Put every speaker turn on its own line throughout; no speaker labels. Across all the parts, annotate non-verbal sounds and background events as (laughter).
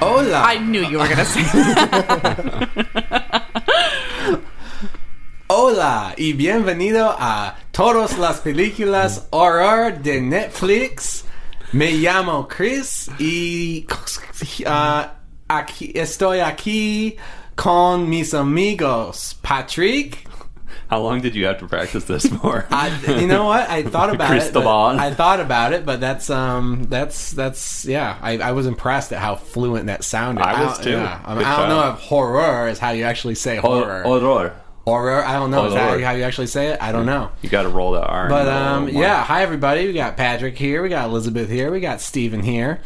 Hola.
I knew you were going to say
(laughs)
that.
Hola y bienvenido a todas las películas horror de Netflix. Me llamo Chris y ah, aquí, estoy aquí con mis amigos Patrick.
How long did you have to practice this (laughs) for?
I, you know what? I thought
(laughs)
about
Cristobal.
it. but- I thought about it, but that's um, that's that's yeah. I, I was impressed at how fluent that sounded.
I was
don't-
too.
yeah. I,
Good
I don't
job.
know if horror is how you actually say horror.
Horror.
horror. I don't know. is that
Horror.
how you actually say it? I don't know.
You got to roll that R.
But
and roll
um,
one.
yeah, hi everybody. We got Patrick here. We got Elizabeth here. We got Steven here.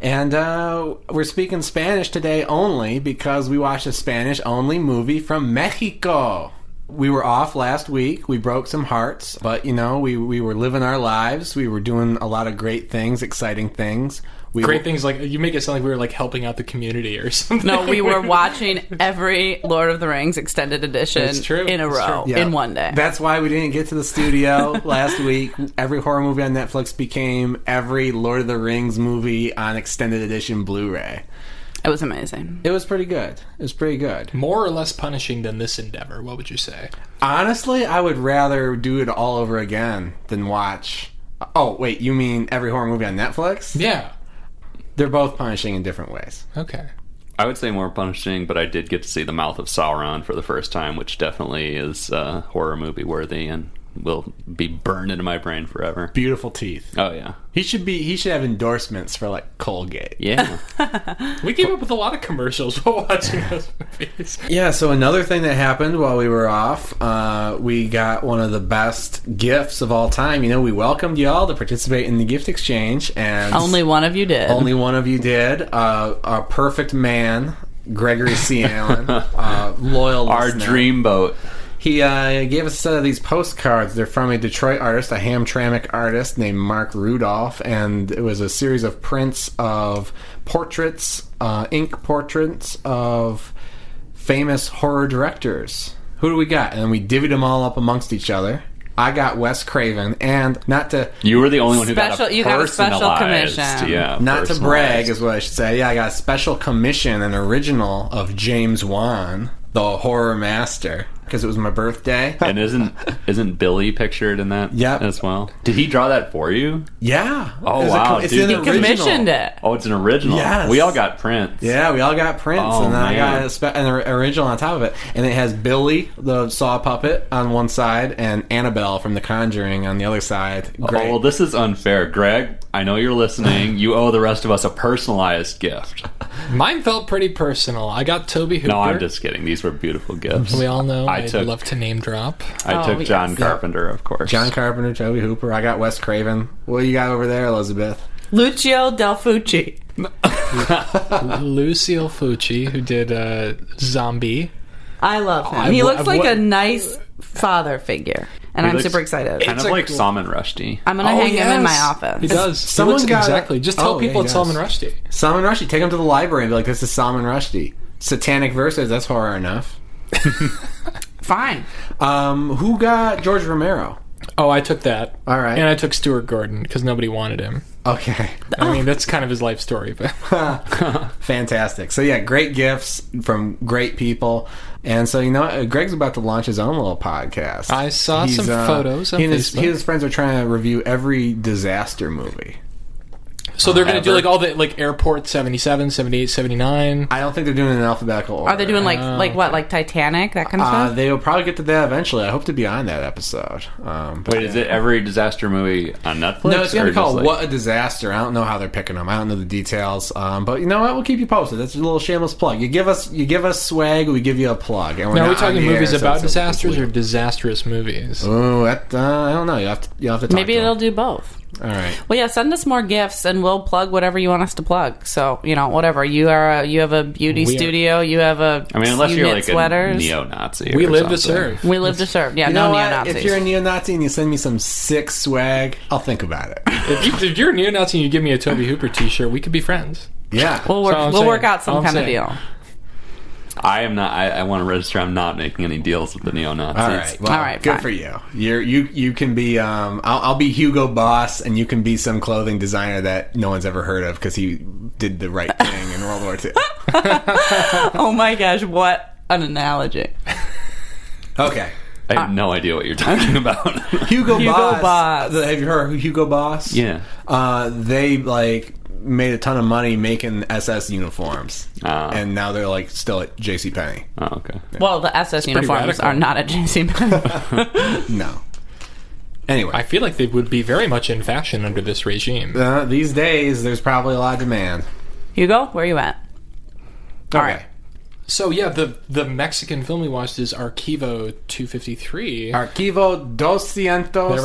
And uh, we're speaking Spanish today only because we watched a Spanish only movie from Mexico. We were off last week. We broke some hearts, but you know, we, we were living our lives. We were doing a lot of great things, exciting things. We
Great things like you make it sound like we were like helping out the community or (laughs) something.
No, we were watching every Lord of the Rings extended edition
It's true.
in a
It's
row,
Yeah.
in one day.
That's why we didn't get to the studio last week. Every horror movie on Netflix became every Lord of the Rings movie on extended edition Blu-ray.
it was amazing.
It was pretty good. It was pretty good.
More or less punishing than this endeavor. What would you say?
Honestly, I would rather do it all over again than watch. Oh wait, you mean every horror movie on Netflix?
Yeah.
They're both punishing in different ways.
Okay.
I would say more punishing, but I did get to see the mouth of Sauron for the first time, which definitely is uh, horror movie worthy and will be burned into my brain forever.
Beautiful teeth.
Oh yeah,
He should be. He should have endorsements for like Colgate.
yeah.
We came up with a lot of commercials (laughs) while watching those movies.
Yeah, so another thing that happened while we were off, uh, we got one of the best gifts of all time. You know, we welcomed y'all to participate in the gift exchange, and
Only one of you did.
only one of you did. Uh, a perfect man, Gregory C. (laughs) Allen, uh, loyal.
(laughs) Our
listener.
dreamboat.
He uh, gave us a set of these postcards. They're from a Detroit artist, a Hamtramck artist named Mark Rudolph, and it was a series of prints of portraits, uh, ink portraits of famous horror directors. Who do we got? And we divvied them all up amongst each other. I got Wes Craven, and not to
You were the only one who got
Special-
a
you got a special
personalized-
commission.
Yeah,
not to brag
personalized.
is what I should say. Yeah, I got a special commission, an original of James Wan, the horror master, because it was my
(laughs)
birthday.
And isn't isn't Billy pictured in that?
Yep.
as well. Did he draw that for you?
Yeah.
Oh,
It's a
wow,
it's
dude.
an
He
original.
commissioned it.
Oh, it's an original.
Yes.
We all got prints.
Yeah, we all got prints,
Oh,
and then I
man.
got a spe- an or- original on top of it, and it has Billy the Saw puppet on one side, and Annabelle from The Conjuring on the other side. Great.
Oh, well, this is unfair. Greg, I know you're listening. You owe the rest of us a personalized gift.
Mine felt pretty personal. I got Toby Hooper.
No, I'm just kidding. These were beautiful gifts.
We all know
I
I would
took-
love to name drop. (laughs)
I
Oh,
took
yes.
John Carpenter, of course.
John Carpenter, Toby Hooper. I got Wes Craven. What you got over there, Elizabeth?
Lucio Delfucci.
Lucille Fucci, who did uh, Zombie.
I love him.
Oh, I
he
wa-
looks
I
like
wa-
a nice father figure, and
He
I'm
looks
super excited.
Kind
It's
of
a
like
cool-
Salman Rushdie.
I'm gonna hang him in my office.
oh, He does.
Someone
Someone looks
got-
exactly. Just tell
Oh, yeah,
people
he
it's Salman
does.
Rushdie.
Salman Rushdie. Take him to the library and be like, "This is Salman Rushdie." Satanic verses. That's horror enough.
Fine.
Um, who got George Romero?
Oh, I took that.
All right.
And I took Stuart Gordon because nobody wanted him.
Okay.
Oh.
I mean, that's kind of his life story, but
Fantastic. So yeah, great gifts from great people, and so you know, uh, Greg's about to launch his own little podcast. uh,
I saw some photos on
he and his,
Facebook.
he and his friends are trying to review every disaster movie.
so they're going to do
Ever.
like all the like airport 77, 78, 79.
I don't think they're doing it in alphabetical order.
Are they doing like like what like Titanic that kind of
Uh,
stuff?
they will probably get to that eventually. I hope to be on that episode. Um, but
Wait, is it every disaster movie on Netflix?
no, it's going
or
to be
just
called
like-
"What a Disaster." I don't know how they're picking them. I don't know the details. Um, but you know what? We'll keep you posted. That's a little shameless plug. You give us, you give us swag, we give you a plug. And we're
Now, are we
not on
talking
the air,
movies
so
about
it's- it's
disasters
legal.
or disastrous movies?
Oh, that, uh, I don't know. You have to, you have to talk
Maybe
to
it'll
him.
do both.
All right.
Well, yeah, send us more gifts, and we'll plug whatever you want us to plug. So you know, whatever you are, a, you have a beauty
We are-
studio, you have a.
I mean, unless
you
you are
knit
like
sweaters.
a neo-Nazi.
We
or
live to
something.
serve.
We live to serve. Yeah,
You
no
know
neo
what?
Nazis.
If you're a neo-Nazi and you send me some sick swag, I'll think about it.
If, you, if you're a neo-Nazi and you give me a Toby Hooper T-shirt, we could be friends.
(laughs) Yeah.
we'll work,
That's all I'm
we'll work
saying.
out some
All I'm
kind of
saying.
deal. (laughs)
I am not. I, I want to register. I'm not making any deals with the neo-Nazis.
All right. Well,
All right,
Good
fine.
for you. You're you you can be. Um, I'll, I'll be Hugo Boss, and you can be some clothing designer that no one's ever heard of because he did the
(laughs)
right thing in World War II.
Oh my gosh, what an analogy!
Okay.
I have no idea what you're (laughs) talking about.
Hugo,
Hugo
Boss.
Boss.
the- Have you heard of Hugo Boss?
yeah.
Uh, they like made a ton of money making SS uniforms,
Ah.
and now they're like still at J.C. Penney.
Oh, okay.
Well, the SS uniforms
radical.
are not at (laughs) JCPenney.
No. Anyway,
I feel like they would be very much in fashion under this regime.
uh, these days there's probably a lot of demand.
Hugo, where you at? All right.
So yeah, the the Mexican film we watched is Archivo 253.
Archivo 250
There we go,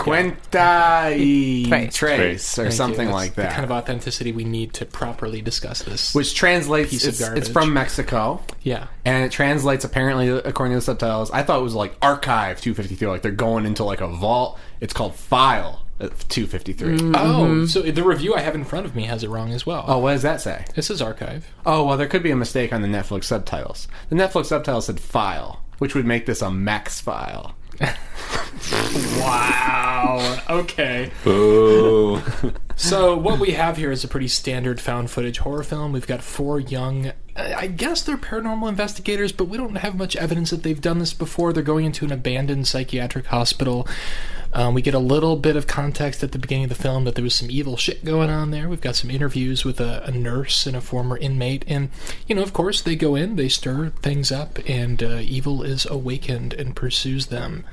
there we go.
y
Trace.
tres, or
Thank you.
something
That's
like
The
that.
kind of authenticity we need to properly discuss this.
which translates,
piece of
it's, it's
garbage.
from Mexico,
yeah.
and it translates apparently, according to the subtitles, I thought it was like Archive 253, like they're going into like a vault. It's called File of 253.
Oh, so the review I have in front of me has it wrong as well.
Mm-hmm. Oh, what does that say?
This is archive.
Oh, well, there could be a mistake on the Netflix subtitles. The Netflix subtitles said File, which would make this a Max file.
(laughs) Wow. Okay.
Ooh.
So what we have here is a pretty standard found footage horror film. We've got four young, I I guess they're paranormal investigators, but we don't have much evidence that they've done this before. They're going into an abandoned psychiatric hospital. Um, we get a little bit of context at the beginning of the film that there was some evil shit going on there. We've got some interviews with a, a nurse and a former inmate, and you know, of course, they go in, they stir things up, and uh, evil is awakened and pursues them.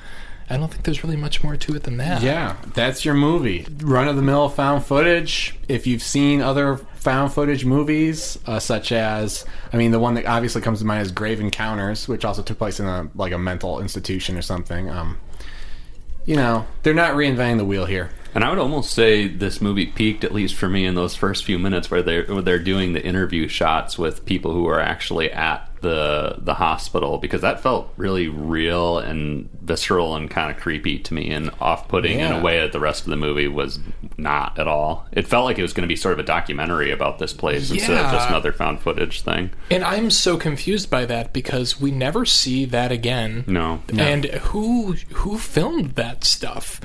I don't think there's really much more to it than that.
Yeah, that's your movie. Run of the mill found footage. If you've seen other found footage movies, uh, such as, I mean, the one that obviously comes to mind is Grave Encounters, which also took place in a like a mental institution or something. Um, you know, they're not reinventing the wheel here.
And I would almost say this movie peaked, at least for me, in those first few minutes where they're where they're doing the interview shots with people who are actually at the the hospital because that felt really real and visceral and kind of creepy to me and off putting in
Yeah.
a way that the rest of the movie was not at all. It felt like it was going to be sort of a documentary about this place instead of just
Yeah.
another found footage thing.
And I'm so confused by that because we never see that again.
No,
And who who filmed that stuff?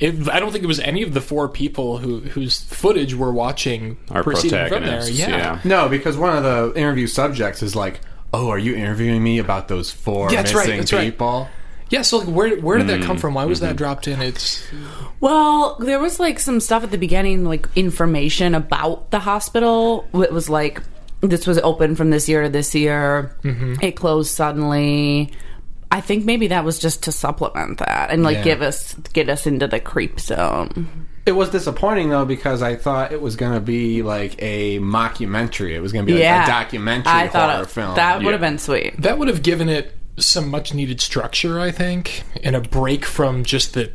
It, I don't think it was any of the four people who whose footage we're watching
our
proceeding from there.
protagonists,
Yeah.
yeah.
No, because one of the interview subjects is like, "Oh, are you interviewing me about those four
That's right,
missing
that's right.
people?"
Yeah, so like where where did that come
Mm-hmm.
from? Why was that dropped in? It's
Well, there was like some stuff at the beginning, like information about the hospital. It was like this was open from this year to this year.
Mm-hmm.
It closed suddenly. I think maybe that was just to supplement that and like
Yeah.
give us get us into the creep zone.
It was disappointing though because I thought it was going to be like a mockumentary. It was going to be like
yeah,
a documentary
I thought
horror
it-
film.
that would have
Yeah.
been sweet.
that would have given it some much needed structure, I think, and a break from just the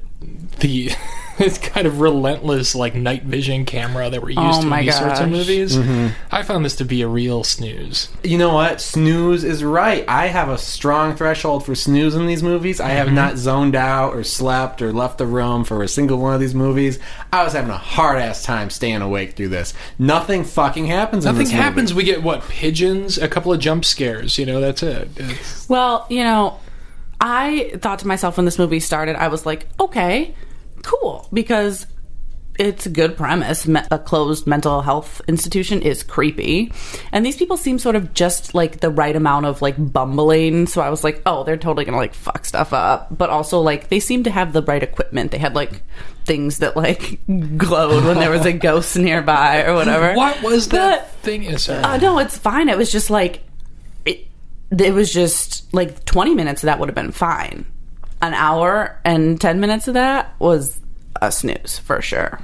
the (laughs) it's kind of relentless like night vision camera that we're used
Oh
to
my
in these sorts of
gosh.
movies.
Mm-hmm.
I found this to be a real snooze.
you know what? Snooze is right. I have a strong threshold for snooze in these movies. I
Mm-hmm.
have not zoned out or slept or left the room for a single one of these movies. I was having a hard ass time staying awake through this. Nothing fucking happens. in
Nothing
this movie.
happens. We get what pigeons, a couple of jump scares. You know, that's it. It's-
Well, you know, I thought to myself when this movie started, I was like, okay, cool, because it's a good premise. Me- a closed mental health institution is creepy, and these people seem sort of just like the right amount of like bumbling. So I was like, oh, they're totally gonna like fuck stuff up, but also like they seem to have the right equipment. They had like things that like (laughs) glowed when there was a ghost nearby or whatever.
what was
But-
that thing? Is sorry.
uh, no, it's fine. It was just like it, it was just like 20 minutes of that would have been fine. An hour and 10 minutes of that was a snooze for sure.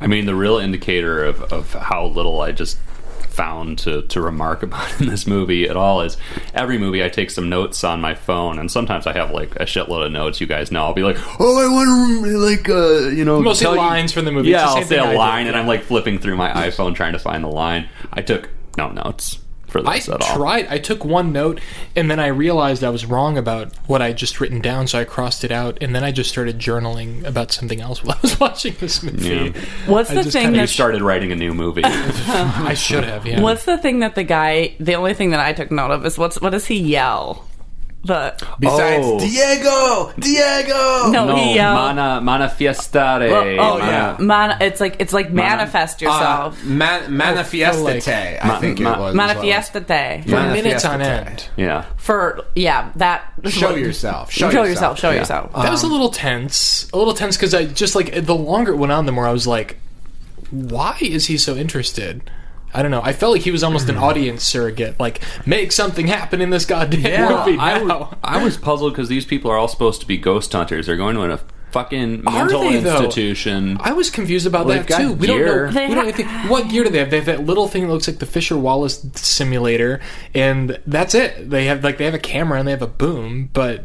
I mean, the real indicator of, of how little I just found to, to remark (laughs) about in this movie at all is every movie I take some notes on my phone, and sometimes I have like a shitload of notes. You guys know I'll be like, oh, I want to like uh, you know
Mostly
tell you-
lines from the movie. It's
Yeah,
the
I'll
same
say
thing I
a
do,
line, and
yeah.
I'm like flipping through my iPhone trying to find the line. I took no notes for
I
this at all.
tried. I took one note, and then I realized I was wrong about what I had just written down, so I crossed it out, and then I just started journaling about something else (laughs) while I was watching this movie.
Yeah.
What's
I
the
just
thing
kinda
You
that
started writing a new
(laughs)
movie.
I should have. Yeah.
What's the thing that the guy? The only thing that I took note of is what's what does he yell? The
Besides
Oh.
Diego, Diego.
Oh,
no,
no,
he yelled.
mana manifestare.
Eh,
oh, oh,
yeah.
man, it's like it's like manifest
Uh,
yourself,
man, manifestate. I
Ma-
think
ma-
it was.
manifestate
For
Mana
minutes
Fiesta
on
Tech.
end.
yeah.
for yeah that
Show yourself. Show,
show yourself show
Yeah.
yourself.
That
Um,
was a little tense. A little tense because I just like the longer it went on, the more I was like, why is he so interested? I don't know. I felt like he was almost an
Hmm.
audience surrogate. Like, make something happen in this goddamn movie
(laughs)
now.
I, w- I was puzzled because these people are all supposed to be ghost hunters. They're going to a fucking
Are
mental
they, though?
institution.
I was confused about
Well,
that
they've got
too. We
gear.
don't know.
They
we don't
ha-
even think- what gear do they have? They have that little thing that looks like the Fisher Wallace simulator, and that's it. They have like they have a camera and they have a boom, but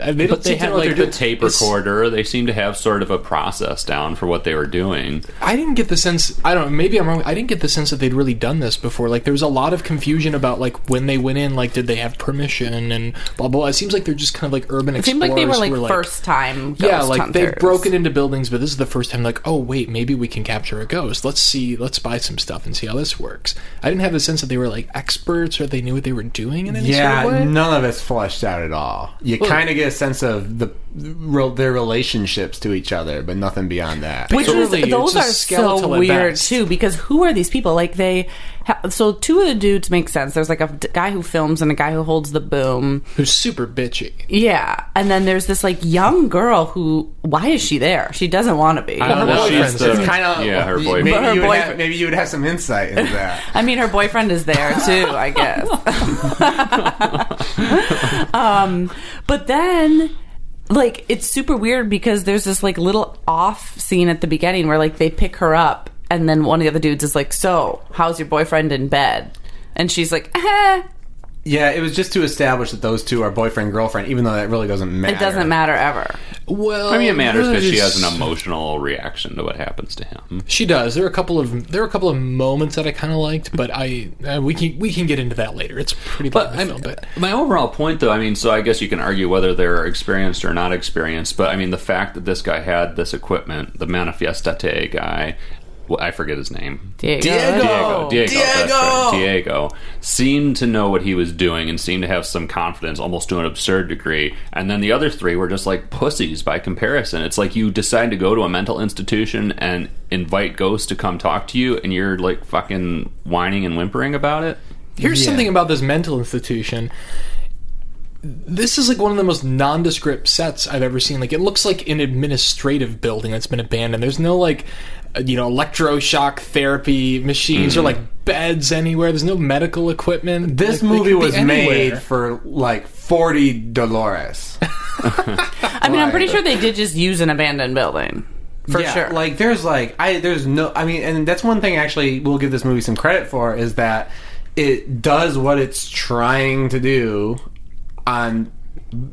uh, they don't
but they
seem to
had
know what
like
they're
the
doing.
tape
It's-
recorder. They seemed to have sort of a process down for what they were doing.
I didn't get the sense. I don't. Maybe I'm wrong. I didn't get the sense that they'd really done this before. Like there was a lot of confusion about like when they went in. Like did they have permission and blah blah. blah. It seems like they're just kind of like urban.
It seemed like they were like
explorers who
first time.
yeah, like they've broken into buildings, but this is the first time. Like, oh wait, maybe we can capture a ghost. Let's see, let's buy some stuff and see how this works. I didn't have the sense that they were like experts or they knew what they were doing in any
Yeah,
sort of way.
none of it's fleshed out at all. You kind of get a sense of the real, their relationships to each other, but nothing beyond that.
Which is
Totally,
those are
it's just
so
skeletal at
weird
best.
too because who are these people? Like they, ha- so two of the dudes make sense. There's like a d- guy who films and a guy who holds the boom.
Who's super bitchy?
Yeah, and then there's this like young girl who. Why is she there? She doesn't want to be.
I don't
her
know.
boyfriend's
She's the,
in it.
kind of
yeah, her boyfriend.
Maybe,
But her
you would have,
boyfriend-
maybe you would have some insight into that.
I mean, her boyfriend is there too, I guess. um,
(laughs)
but then, like, it's super weird because there's this like little off scene at the beginning where like they pick her up, and then one of the other dudes is like, "So, how's your boyfriend in bed?" And she's like, "Eh,
Yeah, it was just to establish that those two are boyfriend girlfriend, even though that really doesn't matter.
it doesn't matter ever."
Well,
I mean, it matters because she has an
number.
emotional reaction to what happens to him.
She does. There are a couple of there are a couple of moments that I kind of liked, but I uh, we can we can get into that later. It's pretty.
But
long,
I
film,
mean,
but
my overall point, though, I mean, so I guess you can argue whether they're experienced or not experienced, but I mean, the fact that this guy had this equipment, the Manifestate guy, well, I forget his name.
Diego,
Diego,
Diego, Diego, that's right,
Diego!
Diego seemed to know what he was doing and seemed to have some confidence, almost to an absurd degree. And then the other three were just like pussies by comparison. It's like you decide to go to a mental institution and invite ghosts to come talk to you, and you're like fucking whining and whimpering about it.
Here's something about this mental institution. This is like one of the most nondescript sets I've ever seen. Like it looks like an administrative building that's been abandoned. There's no like, uh, you know, electroshock therapy machines or like beds anywhere. There's no medical equipment.
Mm-hmm. This
Like, they
movie
could be
was
anywhere.
made for like 40 Dolores.
I mean, I'm pretty
Right.
sure they did just use an abandoned building for
Yeah,
sure.
Like there's like I there's no I mean and that's one thing actually we'll give this movie some credit for is that it does what it's trying to do on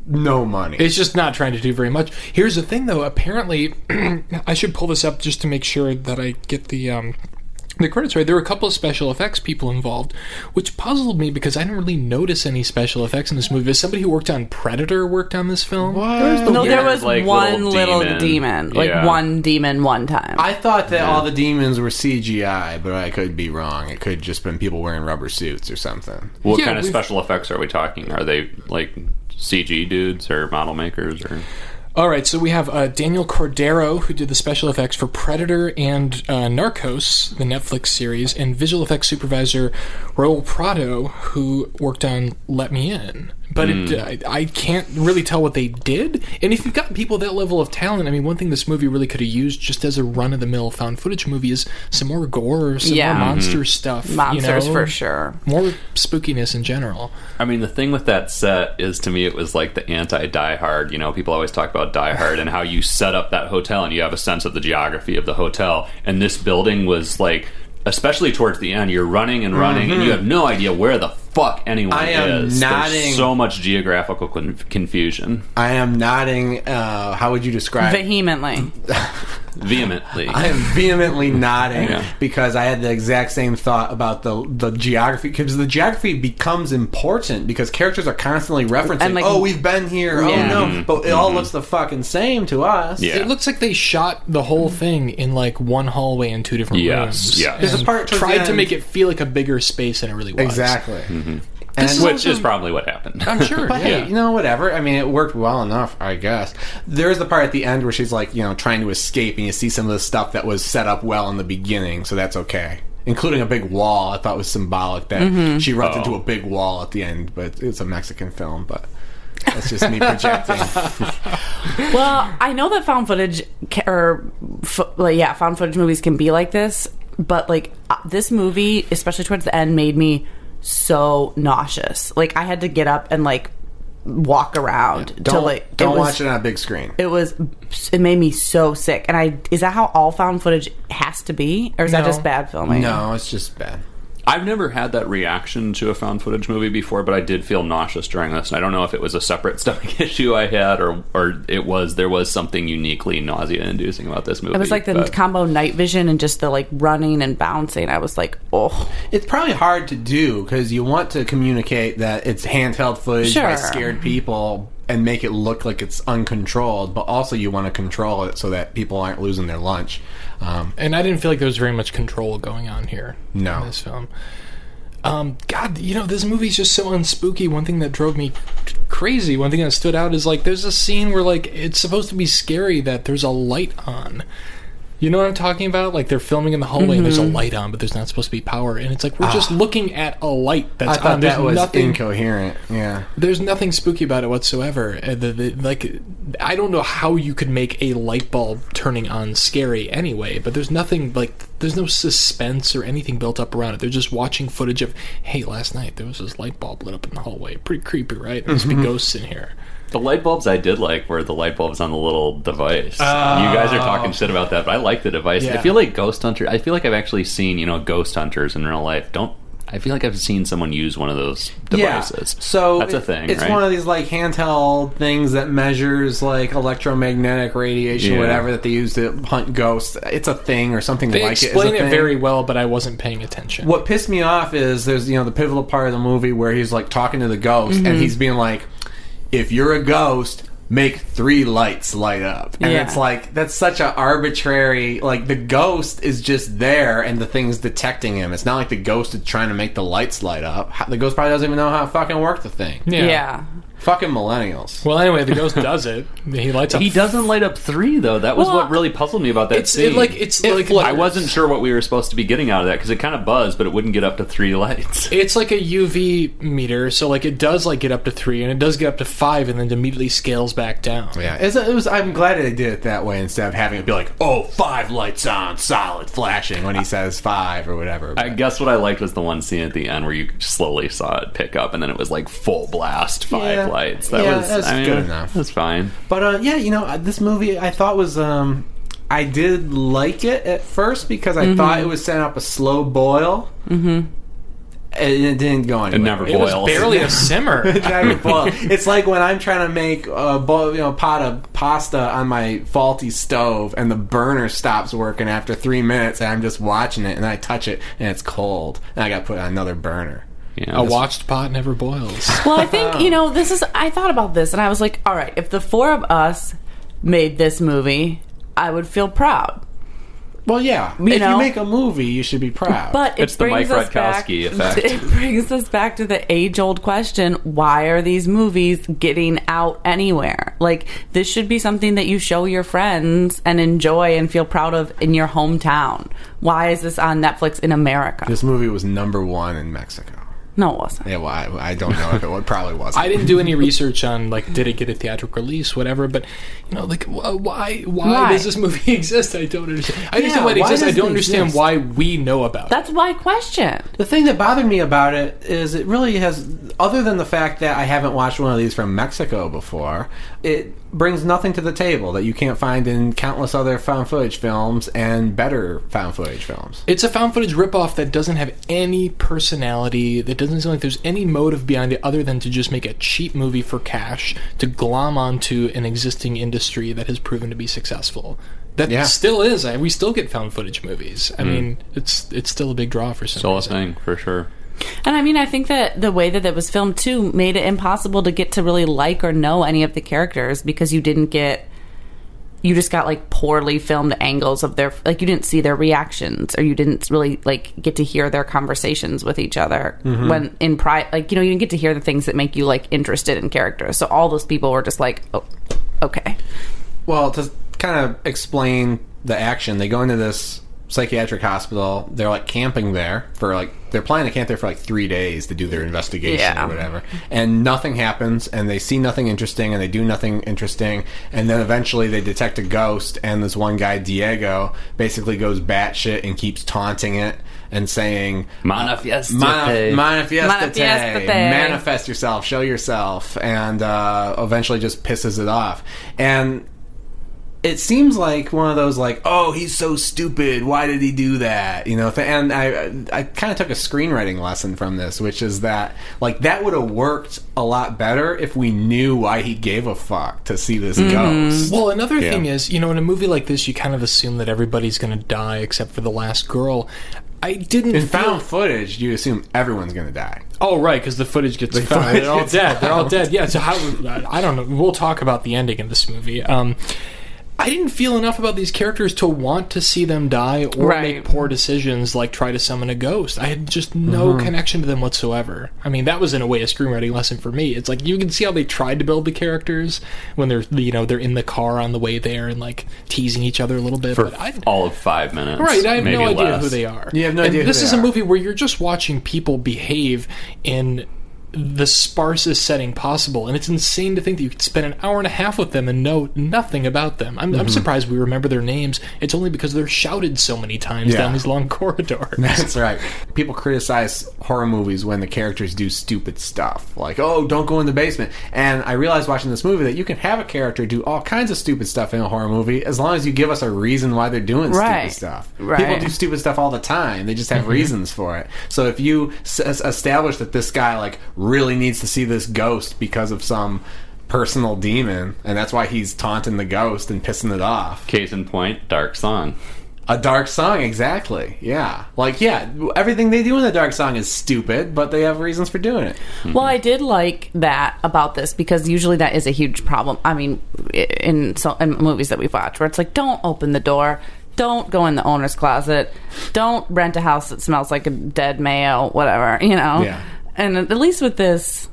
no money.
It's just not trying to do very much. Here's the thing, though. Apparently, (clears throat) I should pull this up just to make sure that I get the um, the credits right. There were a couple of special effects people involved, which puzzled me because I didn't really notice any special effects in this movie. Is somebody who worked on Predator worked on this film?
no, there
weird,
was
like,
one little
little demon.
demon, like
Yeah.
one demon, one time.
I thought that all the demons were CGI, but I could be wrong. It could just been people wearing rubber suits or something.
What
Yeah,
kind of
we've-
special effects are we talking? Are they like CG dudes or model makers or?
All right, so we have uh, Daniel Cordero, who did the special effects for Predator and uh, Narcos, the Netflix series, and visual effects supervisor Raul Prado, who worked on Let Me In. But
Hmm.
it, uh, I, I can't really tell what they did. And if you've got people that level of talent, I mean, one thing this movie really could have used just as a run of the mill found footage movie is some more gore, some
Yeah. Mm-hmm.
more monster stuff. you
Monsters
know?
for sure.
More spookiness in general.
I mean, the thing with that set is to me, it was like the anti Die Hard. You know, people always talk about Die Hard and how you set up that hotel and you have a sense of the geography of the hotel. And this building was like especially towards the end, you're running and running, and you have no idea where the fuck anyone
Mm-hmm. I am
is.
nodding.
There's so much geographical con- confusion.
I am nodding. Uh, how would you describe?
vehemently.
Vehemently.
I am vehemently nodding
Yeah.
because I had the exact same thought about the the geography because the geography becomes important because characters are constantly referencing.
And, like-
oh, we've been here.
Yeah.
Oh no, but it all looks the fucking same to us.
Mm-hmm. Yeah.
It looks like they shot the whole thing in like one hallway in two different
Yes,
rooms.
yes.
There's a
and
part towards
tried
the
to
end-
make it feel like a bigger space than it really was.
exactly.
Mm-hmm.
And
is
Which
also-
is probably what happened. (laughs)
I'm sure.
But
yeah.
hey, you know, whatever. I mean, it worked well enough, I guess. There is the part at the end where she's like, you know, trying to escape, and you see some of the stuff that was set up well in the beginning, so that's okay. Including a big wall, I thought was symbolic that
Mm-hmm.
she runs
Oh.
into a big wall at the end, but it's a Mexican film, but that's just me
(laughs)
projecting.
Well, I know that found footage ca- or fo- like, yeah, found footage movies can be like this, but like uh, this movie, especially towards the end, made me so nauseous. Like I had to get up and like walk around to
Don't,
like
don't
it was,
watch it on a big screen.
It was it made me so sick. And I is that how all found footage has to be, or is that
No.
just bad filming?
no, it's just bad.
I've never had that reaction to a found footage movie before, but I did feel nauseous during this. And I don't know if it was a separate (laughs) stomach issue I had, or or it was there was something uniquely nausea inducing about this movie.
It was like the
but-
combo night vision and just the like running and bouncing. I was like, oh,
It's probably hard to do because you want to communicate that it's handheld footage by
Sure.
scared people and make it look like it's uncontrolled, but also you want to control it so that people aren't losing their lunch. Um,
and I didn't feel like there was very much control going on here.
No.
in this film. Um, God, you know this movie's just so unspooky. One thing that drove me c- crazy, one thing that stood out is like there's a scene where like it's supposed to be scary that there's a light on. You know what I'm talking about? Like they're filming in the hallway and there's
Mm-hmm.
a light on, but there's not supposed to be power, and it's like we're just looking at a light
Ah. I
that's
thought
on. There's
that was
nothing
incoherent. Yeah.
there's nothing spooky about it whatsoever. Uh, the, the, like, I don't know how you could make a light bulb turning on scary anyway, but there's nothing like there's no suspense or anything built up around it. They're just watching footage of, hey, last night there was this light bulb lit up in the hallway. Pretty creepy, right? There must
Mm-hmm.
be ghosts in here.
the light bulbs I did like were the light bulbs on the little device.
Oh.
you guys are talking shit about that, but I like the device. I
Yeah.
feel like ghost hunter. I feel like I've actually seen you know ghost hunters in real life. Don't I feel like I've seen someone use one of those devices?
Yeah. So
that's a
it-
thing.
It's
right?
one of these like handheld things that measures like electromagnetic radiation,
Yeah.
whatever that they use to hunt ghosts. It's a thing or something
They
like
explain
it.
it,
is a thing.
very well, but I wasn't paying attention.
What pissed me off is there's you know the pivotal part of the movie where he's like talking to the ghost and
Mm-hmm.
he's being like, "If you're a ghost, make three lights light up." And
Yeah.
it's like that's such an arbitrary like the ghost is just there and the thing's detecting him. It's not like the ghost is trying to make the lights light up. How- The ghost probably doesn't even know how to fucking work the thing.
yeah.
Fucking millennials.
Well, anyway, the ghost does it. He lights up.
He doesn't light up three though. That was
Well,
what really puzzled me about that
It's
scene.
it, like it's like
I wasn't sure what we were supposed to be getting out of that because it kind of buzzed, but it wouldn't get up to three lights.
It's like a UV meter, so like it does like get up to three, and it does get up to five, and then immediately scales back down.
Yeah, it's a, it was. I'm glad they did it that way instead of having it be like, "Oh, five lights on, solid, flashing" when he says five or whatever.
(laughs) I guess what I liked was the one scene at the end where you slowly saw it pick up, and then it was like full blast, five
Yeah.
lights. That
Yeah,
was
that's
I mean,
good enough.
That's fine.
But uh, yeah, you know, uh, this movie I thought was um, I did like it at first because I thought it was setting up a slow boil, mm-hmm. and it didn't go anywhere.
It never
It was
boils.
barely (laughs) a simmer.
It never
(laughs)
boiled. It's like when I'm trying to make a boil, you know pot of pasta on my faulty stove, and the burner stops working after three minutes, and I'm just watching it, and I touch it, and it's cold, and I got to put on another burner.
Yeah,
A
that's-
watched pot never boils.
Well, I think, you know, this is, I thought about this and I was like, all right, if the four of us made this movie, I would feel proud.
Well, yeah, if you
know?
make a movie, you should be proud.
But it
It's the
brings
Mike
us back, (laughs)
Rutkowski effect.
It brings us back to the age old question why are these movies getting out anywhere? Like, this should be something that you show your friends and enjoy and feel proud of in your hometown. Why is this on Netflix in America?
this movie was number one in Mexico.
no, it wasn't.
Yeah, well, I, I don't know if it would, probably wasn't.
(laughs) I didn't do any research on like did it get a theatrical release, whatever. But you know, like wh- why why,
Why?
does this movie (laughs) exist? I don't understand. I understand
Yeah,
why it
why
exists. I
does it
don't understand
exist?
why we know about it.
That's why I question.
The thing that bothered me about it is it really has other than the fact that I haven't watched one of these from Mexico before, it brings nothing to the table that you can't find in countless other found footage films and better found footage films.
It's a found footage ripoff that doesn't have any personality, that doesn't seem like there's any motive behind it other than to just make a cheap movie for cash to glom onto an existing industry that has proven to be successful. That
Yeah. Mm.
still is. I- We still get found footage movies. I mean, it's it's still a big draw for some
Still a
reason.
thing for sure.
And I mean, I think that the way that it was filmed too made it impossible to get to really like or know any of the characters because you didn't get. You just got like poorly filmed angles of their like you didn't see their reactions or you didn't really like get to hear their conversations with each other when in pri like you know you didn't get to hear the things that make you like interested in characters so all those people were just like oh okay
Well, to kind of explain the action, they go into this psychiatric hospital. They're like camping there for like they're planning to camp there for like three days to do their investigation
Yeah.
or whatever. And nothing happens, and they see nothing interesting, and they do nothing interesting, and then eventually they detect a ghost, and this one guy Diego basically goes batshit and keeps taunting it and saying,
Manifieste.
Manif-
Manifiestate.
Manifestate. Manifest yourself. Show yourself. And uh, eventually just pisses it off. And it seems like one of those like, oh, he's so stupid. Why did he do that? You know. Th- and I, I kind of took a screenwriting lesson from this, which is that like that would have worked a lot better if we knew why he gave a fuck to see this ghost.
Well, another
Yeah.
thing is, you know, in a movie like this, you kind of assume that everybody's going to die except for the last girl. I didn't
In
feel-
found footage, you assume everyone's gonna die.
Oh right, because the footage gets found.
footage
They're all
gets
dead. They're all dead. Yeah. So how? I don't know. We'll talk about the ending in this movie. Um, I didn't feel enough about these characters to want to see them die or
Right.
make poor decisions like try to summon a ghost. I had just no connection to them whatsoever. I mean, that was in a way a screenwriting lesson for me. It's like you can see how they tried to build the characters when they're you know they're in the car on the way there and like teasing each other a little bit.
For
but I,
all of five minutes.
Right, I have
maybe
no idea
less.
who they are.
You have no
And
idea who
This
they
is
are.
a movie where you're just watching people behave in the sparsest setting possible, and it's insane to think that you could spend an hour and a half with them and know nothing about them. I'm,
Mm-hmm.
I'm surprised we remember their names. It's only because they're shouted so many times
Yeah.
down these
(laughs)
long (laughs) corridors.
That's right. People criticize horror movies when the characters do stupid stuff, like "oh, don't go in the basement." And I realized watching this movie that you can have a character do all kinds of stupid stuff in a horror movie as long as you give us a reason why they're doing
Right.
stupid stuff. People
Right. Mm-hmm.
do stupid stuff all the time; they just have reasons for it. So if you s- s- establish that this guy like really needs to see this ghost because of some personal demon, and that's why he's taunting the ghost and pissing it off,
Case in point, Dark Song.
a dark song, exactly. Yeah. Like, yeah, everything they do in the dark song is stupid, but they have reasons for doing it.
Well, I did like that about this because usually that is a huge problem. I mean, i- in so in movies that we've watched, where it's like, don't open the door, don't go in the owner's closet, don't rent a house that smells like a dead mayo, whatever, you know.
Yeah.
And at least with this,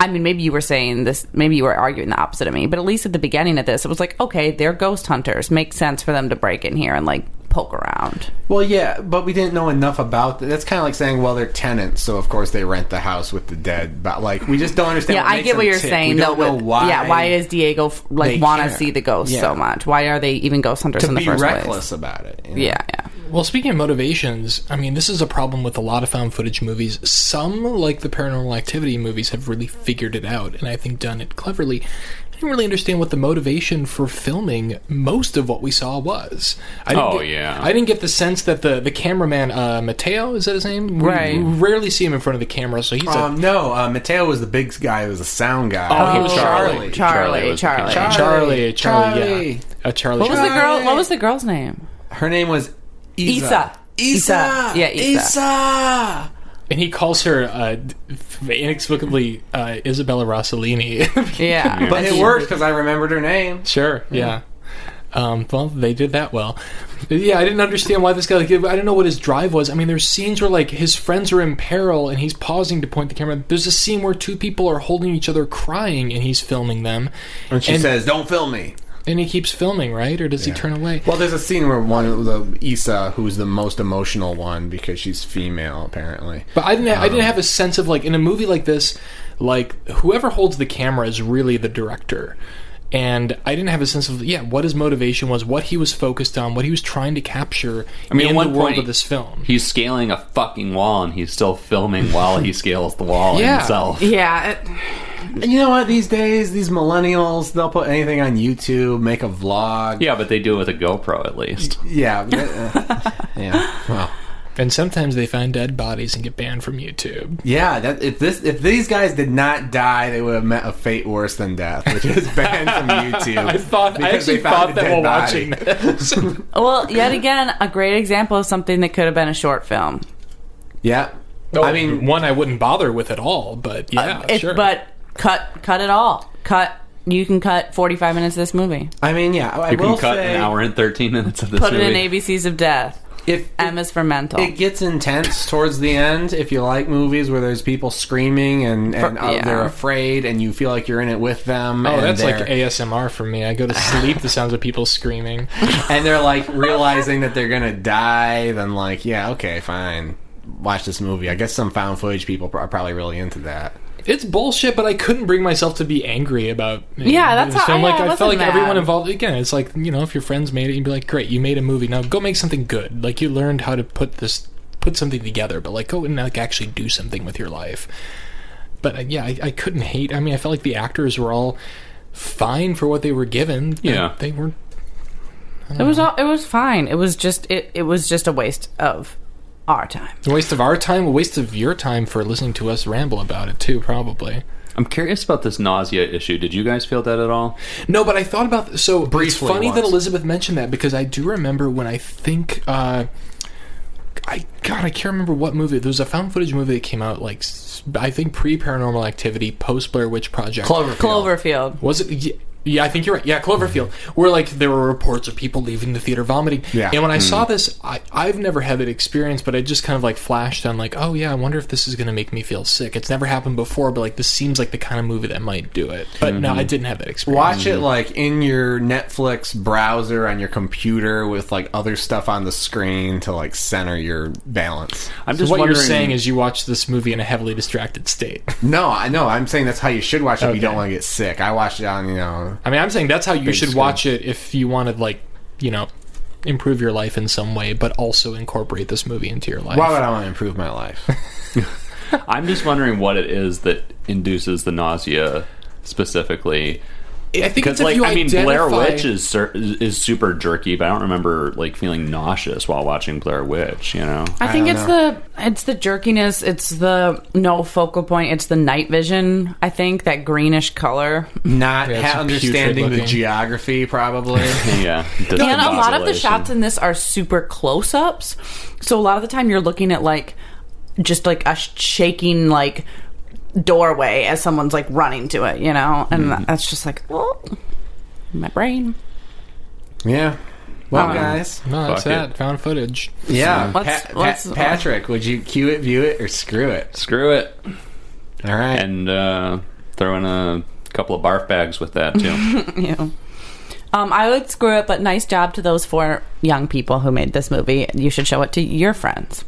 I mean, maybe you were saying this, maybe you were arguing the opposite of me, but at least at the beginning of this, it was like, okay, they're ghost hunters. Makes sense for them to break in here and like poke around.
Well, yeah, but we didn't know enough about that. That's kind of like saying, well, they're tenants, so of course they rent the house with the dead. But, like, we just don't understand
Yeah,
what
I
makes
get what
them
you're
tick.
saying
We
though.
don't know
with-
why.
Yeah, why is Diego f-
they
like want to
care.
see the ghost
Yeah.
so much? Why are they even ghost hunters
to
in the
be
first
reckless
place?
about it? you know?
Yeah, yeah.
Well, speaking of motivations, I mean, this is a problem with a lot of found footage movies. Some, like the Paranormal Activity movies, have really figured it out, and I think done it cleverly. I didn't really understand what the motivation for filming most of what we saw was. I didn't
Oh,
get,
yeah.
I didn't get the sense that the the cameraman, uh, Mateo, is that his name? We
Right.
rarely see him in front of the camera, so he's a
Um, no, uh, Mateo was the big guy who was a sound guy.
Oh, he was
Charlie. Charlie. Charlie.
Charlie
Charlie.
was the kid.
Char-
Charlie, Charlie,
Charlie.
yeah, a Charlie.
What was the
Charlie.
girl? What was the girl's name?
Her name was
Isa.
Isa.
Isa. Yeah, Isa.
Isa.
And he calls her uh, inexplicably uh, Isabella Rossellini. (laughs)
Yeah,
But it worked because I remembered her name.
Sure. Yeah. Um, well, they did that well. Yeah, I didn't understand why this guy. Like, I didn't know what his drive was. I mean, there's scenes where like his friends are in peril and he's pausing to point the camera. There's a scene where two people are holding each other, crying, and he's filming them.
And she
And-
says, don't film me.
And he keeps filming, right? Or does he turn away?
Well, there's a scene where one, the Issa, who's the most emotional one because she's female, apparently.
But I didn't. I didn't have a sense of like in a movie like this, like whoever holds the camera is really the director. and I didn't have a sense of yeah what his motivation was, what he was focused on, what he was trying to capture
I mean,
in
at one
the world
point,
of this film.
he's scaling a fucking wall, and he's still filming while
(laughs)
he scales the wall
Yeah.
himself.
Yeah. it-
You know what? These days, these millennials, they'll put anything on YouTube, make a vlog.
Yeah, but they do it with a GoPro at least.
Yeah. but, uh,
(laughs)
yeah. Well.
and sometimes they find dead bodies and get banned from YouTube.
Yeah, that, if this if these guys did not die, they would have met a fate worse than death, which is banned from YouTube.
(laughs) I thought I
because they
actually thought
found a
that
dead
while
body. (laughs)
watching this.
Well, yet again, a great example of something that could have been a short film.
Yeah,
Oh,
I mean,
one I wouldn't bother with at all, but yeah,
It-
sure.
But cut, cut it all. Cut. You can cut 45 minutes of this movie.
I mean, yeah. I
You
will
can cut
say
an hour and thirteen minutes of this
Put it
movie.
in ABCs of Death.
if
M is for mental.
it gets intense towards the end. If you like movies where there's people screaming and, and
For-
uh,
yeah.
they're afraid, and you feel like you're in it with them,
Oh,
and
that's
they're,
like ASMR for me. I go to sleep. the sounds of
(laughs)
people screaming.
and they're like realizing that they're gonna die, then like, yeah, okay, fine, watch this movie. I guess some found footage people are probably really into that.
It's bullshit, but I couldn't bring myself to be angry about. you
Yeah,
know,
that's
this
how-
film.
yeah,
Like
I
I felt like
wasn't
everyone
mad.
involved. Again, it's like you know, if your friends made it, you'd be like, "Great, you made a movie. Now go make something good." Like you learned how to put this, put something together, but like go and like actually do something with your life. But uh, yeah, I, I couldn't hate. I mean, I felt like the actors were all fine for what they were given.
Yeah.
they weren't.
It was all. It was fine. It was just. It. It was just a waste of our time.
A waste of our time, a waste of your time for listening to us ramble about it too, probably.
I'm curious about this nausea issue. Did you guys feel that at all?
No, but I thought about so
Briefly
it's funny
once.
that Elizabeth mentioned that because I do remember when I think uh I God, I can't remember what movie. There was a found footage movie that came out like s- I think pre Paranormal Activity, post Blair Witch Project.
Cloverfield.
Cloverfield.
Was it? y- Yeah, I think you're right. Yeah, Cloverfield, where like there were reports of people leaving the theater vomiting.
Yeah.
And when I saw this, I, I've never had that experience, but I just kind of like flashed on like, oh yeah, I wonder if this is going to make me feel sick. It's never happened before, but like this seems like the kind of movie that might do it. But no, I didn't have that experience.
Watch it like in your Netflix browser on your computer with like other stuff on the screen to like center your balance.
I'm
So
just
what
wondering.
you're saying is you watched this movie in a heavily distracted state.
No, I no, I'm saying that's how you should watch it if you don't
Okay.
want to get sick. I watched it on, you know,
I mean, I'm saying that's how you should
screen.
watch it if you want to like, you know, improve your life in some way, but also incorporate this movie into your life.
why would I want to improve my
(laughs)
life?
I'm just wondering what it is that induces the nausea specifically.
I think
Because
it's if
like
you
I mean, Blair
identify-
Witch is sur- is super jerky, but I don't remember like feeling nauseous while watching Blair Witch. You
(laughs)
know,
I think
don't
it's the it's the jerkiness, it's the no focal point, it's the night vision. I think that greenish color.
Not
it's
ha-
a putrid
understanding the
looking.
geography,
(laughs)
probably.
yeah.
And a lot of the
discombobulation.
shots in this are super close ups. So a lot of the time you're looking at like just like a shaking like doorway as someone's like running to it, you know? And
Mm-hmm.
that's just like my brain.
yeah. Well,
Um,
guys.
No, that's
Fuck it.
that. Found footage.
Yeah.
What's-
Pa-
what's-
Pa- Patrick, would you cue it, view it, or screw it?
Screw it,
All right.
and uh, throw in a couple of barf bags with that
(laughs)
too.
you know. Um, I would screw it, but nice job to those four young people who made this movie. You should show it to your friends.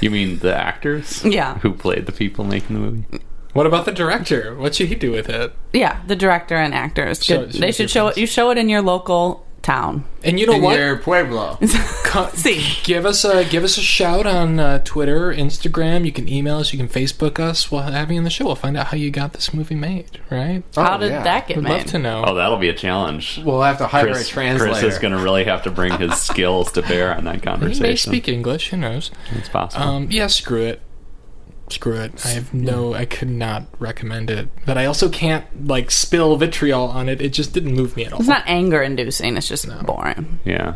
you mean the actors?
Yeah.
Who played the people making the movie?
What about the director? What should he do with it?
Yeah, the director and actors.
Show-
Good.
show
they
it to your
should show
friends.
it. You show it in your local town.
And you know
In
what?
your (laughs) pueblo.
Co-
See,
give us a give us a shout on uh, Twitter, Instagram. You can email us. You can Facebook us. We'll have you on the show. We'll find out how you got this movie made. Right?
how
Oh,
did
yeah.
that get
We'd love
made?
to know.
Oh, that'll be a challenge.
We'll have to hire
Chris,
a
Chris
translator.
is going to really have to bring his skills to bear on that
(laughs) he may
conversation.
speak English. Who knows?
It's possible.
Um, yeah, screw it. Screw it. I have no. I could not recommend it. But I also can't like spill vitriol on it. It just didn't move me at all.
It's not anger inducing. It's just boring.
yeah.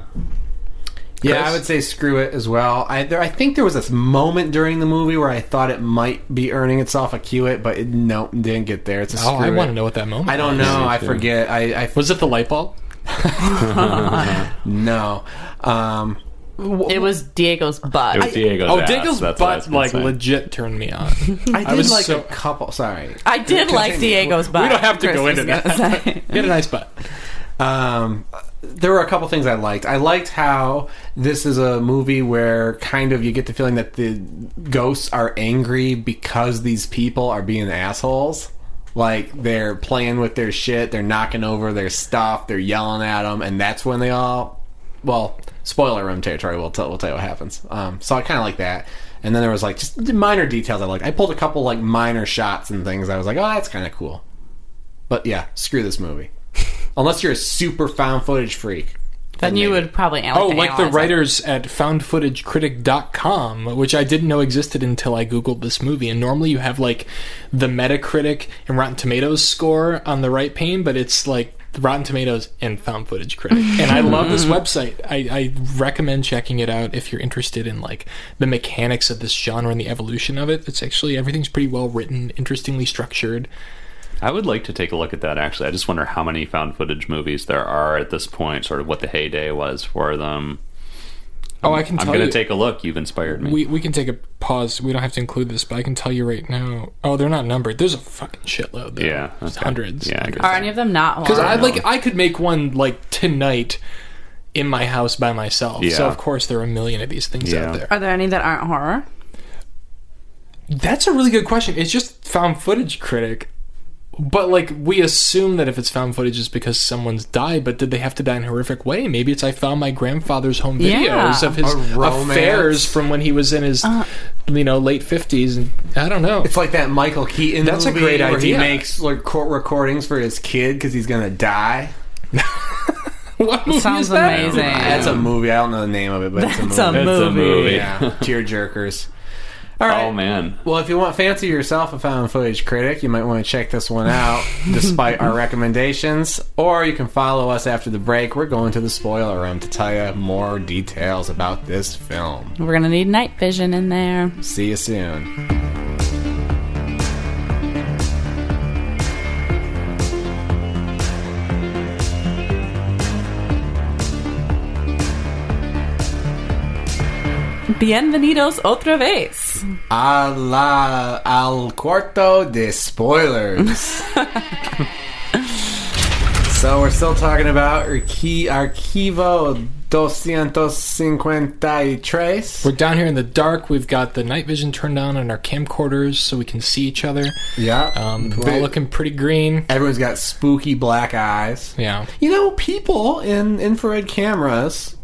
Yeah, I
Chris?
would say screw it as well. I there, I think there was this moment during the movie where I thought it might be earning itself a cue it, but it, no, didn't get there. It's a
oh,
screw
I
it.
want to know what that moment.
I don't
was.
know. I forget. I, I
Was it the light bulb?
no. Um, w-
It was Diego's butt.
It was Diego's
Oh,
ass,
Diego's
that's what I was
butt
gonna
like
say.
legit turned me
(laughs)
on.
I did
was
like
so-
a couple. Sorry.
I, did like
Continue.
Diego's butt.
don't have to
Chris
go
was
into
gonna say.
He had a nice butt.
Um, there were a couple things I liked. I liked how this is a movie where kind of you get the feeling that the ghosts are angry because these people are being assholes. like they're playing with their shit, they're knocking over their stuff, they're yelling at them, and that's when they all. Well, spoiler room territory. We'll tell we'll tell you what happens. Um, so I kind of like that. And then there was like just minor details I liked. I pulled a couple like minor shots and things. I was like, oh, that's kind of cool. But yeah, screw this movie. Unless you're a super found footage freak,
(laughs) Then you
maybe.
would probably analyze.
Oh, like the
analyze it.
writers at foundfootagecritic.com, which I didn't know existed until I Googled this movie. And normally you have like the Metacritic and Rotten Tomatoes score on the right pane, but it's like Rotten Tomatoes and Found Footage Critic. And I love this website. I, I recommend checking it out if you're interested in like the mechanics of this genre and the evolution of it. It's actually everything's pretty well written, interestingly structured.
I would like to take a look at that actually. I just wonder how many found footage movies there are at this point, sort of what the heyday was for them.
Oh, I can
I'm
tell
going to
you.
take a look. You've inspired me.
We, we can take a pause. We don't have to include this, but I can tell you right now. Oh, they're not numbered. There's a fucking shitload. Though.
yeah.
There's
okay.
hundreds.
Yeah. I guess
Are any of them not?
Because I
horror?
like I could make one like tonight in my house by myself.
Yeah.
So of course there are a million of these things
Yeah.
out there.
Are there any that aren't horror?
That's a really good question. It's just found footage critic. But like we assume that if it's found footage it's because someone's died, but did they have to die in a horrific way? Maybe it's I found my grandfather's home videos
Yeah.
of his
A romance. Uh.
affairs from when he was in his you know, late fifties and I don't know.
It's like that Michael Keaton.
That's a
movie
great
where
idea.
He makes like court recordings for his kid because he's gonna die.
(laughs) what movie
Sounds
is that?
amazing.
That's a movie. I don't know the name of it, but it's
That's
a movie.
a
It's a
movie.
movie.
Yeah, tearjerkers. All right.
Oh man.
Well, if you want fancy yourself a found footage critic, you might want to check this one out, despite our recommendations. Or you can follow us after the break. We're going to the spoiler room to tell you more details about this film.
We're gonna need night vision in there.
See you soon.
Bienvenidos otra vez.
A la al cuarto de spoilers. so we're still talking about Arqui- Archivo 253.
We're down here in the dark. We've got the night vision turned on on our camcorders so we can see each other.
Yeah.
Um, we're all looking pretty green.
Everyone's got spooky black eyes.
Yeah.
You know, people in infrared cameras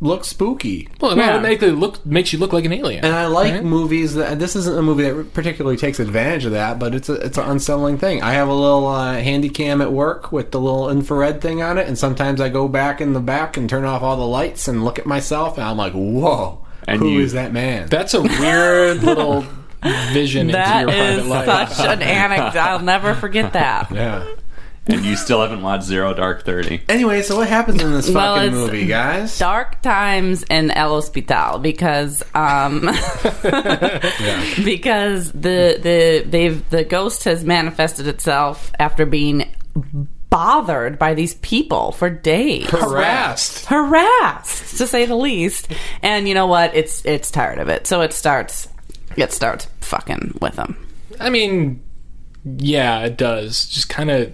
look spooky.
Well, it
Yeah.
automatically look, makes you look like an alien.
And I like
Right?
movies that this isn't a movie that particularly takes advantage of that, but it's a, it's an unsettling thing. I have a little uh, handy cam at work with the little infrared thing on it, and sometimes I go back in the back and turn off all the lights and look at myself, and I'm like, whoa, who is
And you-
that man?
That's a weird little vision
That
into your
is
private life.
such an anecdote. I'll never forget that.
yeah.
And you still haven't watched Zero Dark Thirty.
Anyway, so what happens in this
(laughs) Well,
fucking
it's
movie, guys?
Dark times in El Hospital because um (laughs) because the the they've the ghost has manifested itself after being bothered by these people for days.
Harassed.
harassed to say the least and you know what it's it's tired of it so it starts it starts fucking with them
I mean, yeah, it does. Just kind of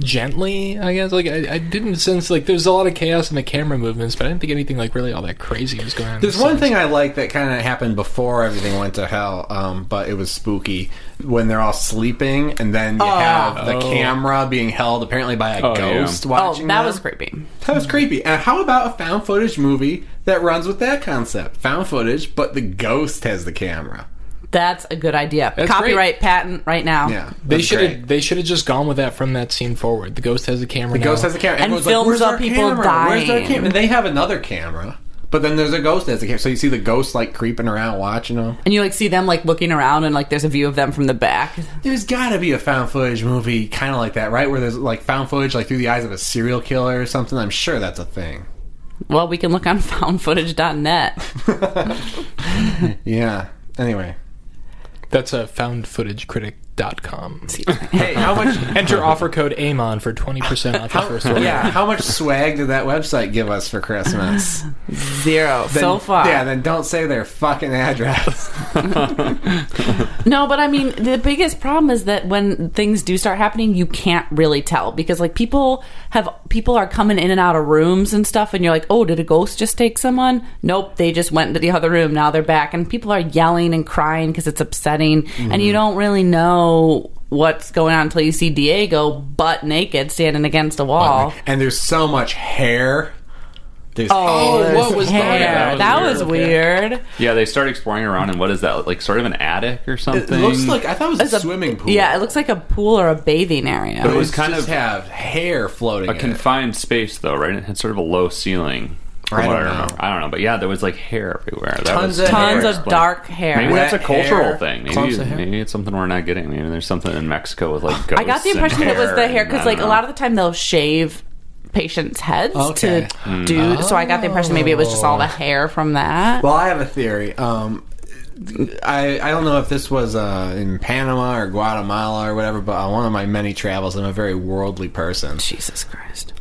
gently, I guess. Like I, I didn't sense like there's a lot of chaos in the camera movements, but I didn't think anything like really all that crazy was going on.
There's one thing I like that kind of happened before everything went to hell, um, but it was spooky when they're all sleeping, and then you
Oh.
have the camera being held apparently by a
Oh, yeah.
ghost
oh
watching.
that
them.
was creepy
That was creepy. And how about a found footage movie that runs with that concept? Found footage, but the ghost has the camera.
that's a good idea
That's
copyright patent right now
Yeah,
They
that's
should
great.
have. They should have just gone with that from that scene forward. The ghost has a camera.
The ghost has a camera.
And
Everyone's like,
films
"Where's
of
our
people
camera? Where's our
dying."
camera? And they have another camera, but then there's a ghost that has a camera. So you see the ghost like creeping around watching them.
and you like see them like looking around and like there's a view of them from the back
There's got to be a found footage movie kind of like that, right? Where there's like found footage like through the eyes of a serial killer or something. I'm sure that's a thing.
well we can look on (laughs) foundfootage.net
Yeah. Anyway.
That's a foundfootagecritic.com.
Hey, how (laughs) much
Enter offer code AMON for 20% (laughs) off your first order.
Yeah, how much swag did that website give us for Christmas?
(laughs) zero so
Then-
far
Yeah, then don't say their fucking address.
No, but I mean, the biggest problem is that when things do start happening, you can't really tell because like people have people are coming in and out of rooms and stuff, and you're like, oh, did a ghost just take someone? Nope, they just went
Mm-hmm.
into the other room. Now they're back, and people are yelling and crying because it's upsetting, and you don't really know know what's going on until you see Diego butt naked standing against a wall.
And there's so much hair. There's
Oh,
there's
what was that?
hair.
That
That
was
was
weird.
weird.
Yeah, they start exploring around, and what is that? Like sort of an attic or
It
something?
looks like I thought it was
It's
a,
a-
swimming pool.
Yeah, it looks like a pool or a bathing area.
But it was
It's
kind
just
of have hair floating.
a
in it.
confined space, though, right? It had sort of a low ceiling. From
I
what I
don't know.
remember. I don't know, but yeah, there was like hair everywhere. That
Tons
was
of
Tons
hair.
of dark hair.
Maybe that's a
Wet
cultural
hair,
thing. Maybe,
clumps of hair.
maybe it's something we're not getting. Maybe there's something in Mexico with like ghosts.
I got the
and
impression that it was the hair
and uh,
because,
I
like,
don't
a
know.
lot of the time they'll shave patients' heads
Okay.
to do. So I got the impression maybe it was just all the hair from that.
Well, I have a theory. Um, I I don't know if this was uh, in Panama or Guatemala or whatever, but on one of my many travels, I'm a very worldly person.
Jesus Christ!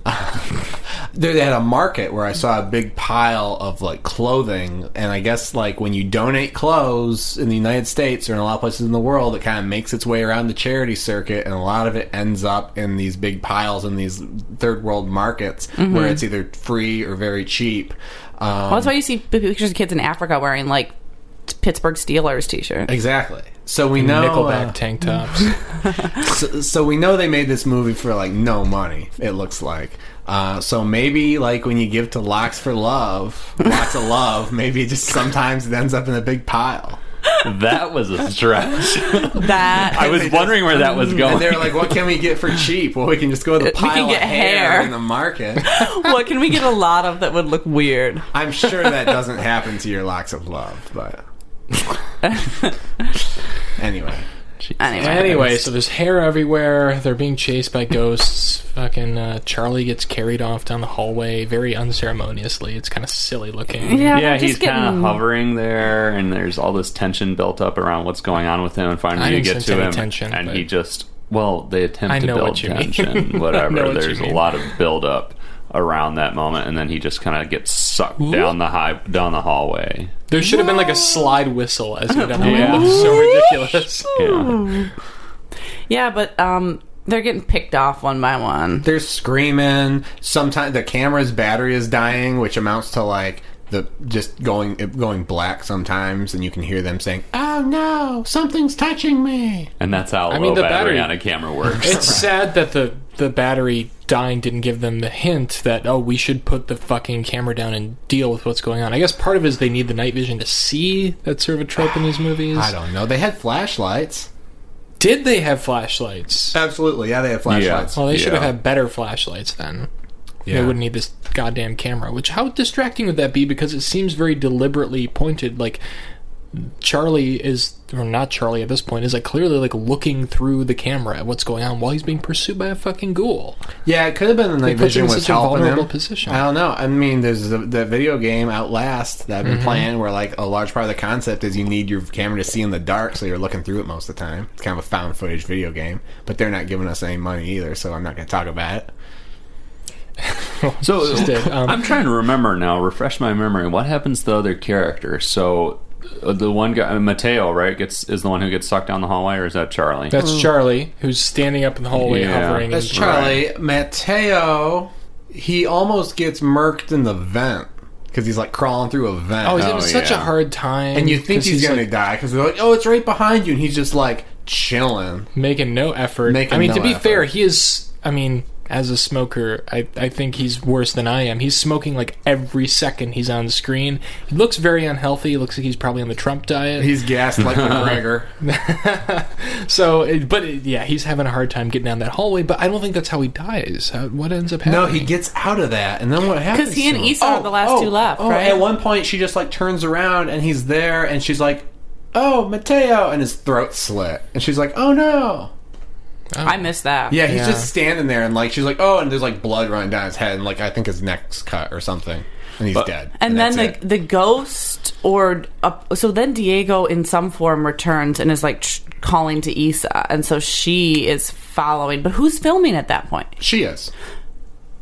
There they had a market where I saw a big pile of like clothing, and I guess like when you donate clothes in the United States or in a lot of places in the world, it kind of makes its way around the charity circuit, and a lot of it ends up in these big piles in these third world markets where it's either free or very cheap. Um,
Well, that's why you see p- pictures of kids in Africa wearing like t- Pittsburgh
(laughs)
Steelers t-shirt.
exactly. So we know
Nickelback
uh,
tank (laughs) tops.
so, so we know they made this movie for like no money. It looks like. Uh, so maybe like when you give to locks for love, lots of love, (laughs) maybe just sometimes it ends up in a big pile.
(laughs) that was a
(laughs)
stretch.
That (laughs)
I was wondering where that was going.
And they're like, "What can we get for cheap? Well, we can just go to the
We can
pile
get
of hair,
hair.
in the market."
what can we get a lot of that would look weird?
I'm sure that doesn't happen to your locks of love, but
(laughs)
anyway,
Anyway,
Anyway, so there's hair everywhere. They're being chased by ghosts. Fucking uh, Charlie gets carried off down the hallway very unceremoniously. It's kind of silly looking.
yeah,
yeah,
just
he's kind of
getting-
hovering there, and there's all this tension built up around what's going on with him. And
I
finally, you
didn't
get
sense
to
any
him,
tension,
and
but-
he just well, they attempt
I
to
know
build
what you mean.
tension,
(laughs) I know
whatever.
what you
There's a
mean.
lot of build up around that moment, and then he just kind of gets sucked down the high down the hallway.
There should have been like a slide whistle as we (laughs) got
Yeah.
yeah. so (laughs) ridiculous.
Yeah.
Yeah, but um, they're getting picked off one by one.
they're screaming. Sometimes the camera's battery is dying, which amounts to like the just going it going black sometimes, and you can hear them saying, "Oh no, something's touching me."
And that's how
mean,
low
the
battery,
battery-
on a camera works.
(laughs) It's sad that the the battery dying didn't give them the hint that oh we should put the fucking camera down and deal with what's going on. I guess part of it is they need the night vision to see. That's sort of a trope in these
(sighs)
movies.
I don't know. They had flashlights.
Did they have flashlights?
Absolutely, yeah, they had flashlights.
Well, they should have
Yeah.
had better flashlights then.
Yeah.
They wouldn't need this goddamn camera. Which how distracting would that be? Because it seems very deliberately pointed. Like Charlie is, or not Charlie at this point, is like clearly like looking through the camera at what's going on while he's being pursued by a fucking ghoul.
Yeah, it could have been the night
put you
vision
in
was
such a
helping
vulnerable
them.
position.
I don't know. I mean, there's the, the video game Outlast that I've been
Mm-hmm.
playing, where like a large part of the concept is you need your camera to see in the dark, so you're looking through it most of the time. It's kind of a found footage video game, but they're not giving us any money either, so I'm not going to talk about it.
So
Just did, um,
I'm trying to remember now, refresh my memory. What happens to the other character? So uh, the one guy, Mateo, right, gets is the one who gets sucked down the hallway, or is that Charlie?
That's Charlie who's standing up in the hallway,
Yeah.
hovering.
That's
and
Charlie. Mateo, he almost gets murked in the vent because he's like crawling through a vent.
Oh, he's
Oh,
having such
yeah.
a hard time.
and you think
'cause
he's, gonna 'cause
like,
die because they're like, "Oh, it's right behind you," and he's just like chilling.
making no effort.
Making
I mean,
no
to be
effort.
fair, he is. I mean, as a smoker, I, I think he's worse than I am. He's smoking like every second he's on screen. He looks very unhealthy. He looks like he's probably on the Trump diet.
He's gassed like
(laughs)
McGregor.
so, it, but it, yeah, he's having a hard time getting down that hallway. But I don't think that's how he dies. How, what ends up happening?
No, he gets out of that, and then what happens?
'Cause he and
to him?
Issa are the last
oh,
two left,
oh,
right?
At one point, she just like turns around, and he's there, and she's like, "Oh, Mateo," and his throat slit, and she's like, "Oh no."
I missed that.
Yeah, he's
Yeah.
just standing there, and like she's like, "Oh," and there's like blood running down his head, and like I think his neck's cut or something, and he's dead.
And,
that's
then
it.
the, the ghost or uh, so then Diego in some form returns and is like tr- calling to Issa and so she is following but who's filming at that point
she is.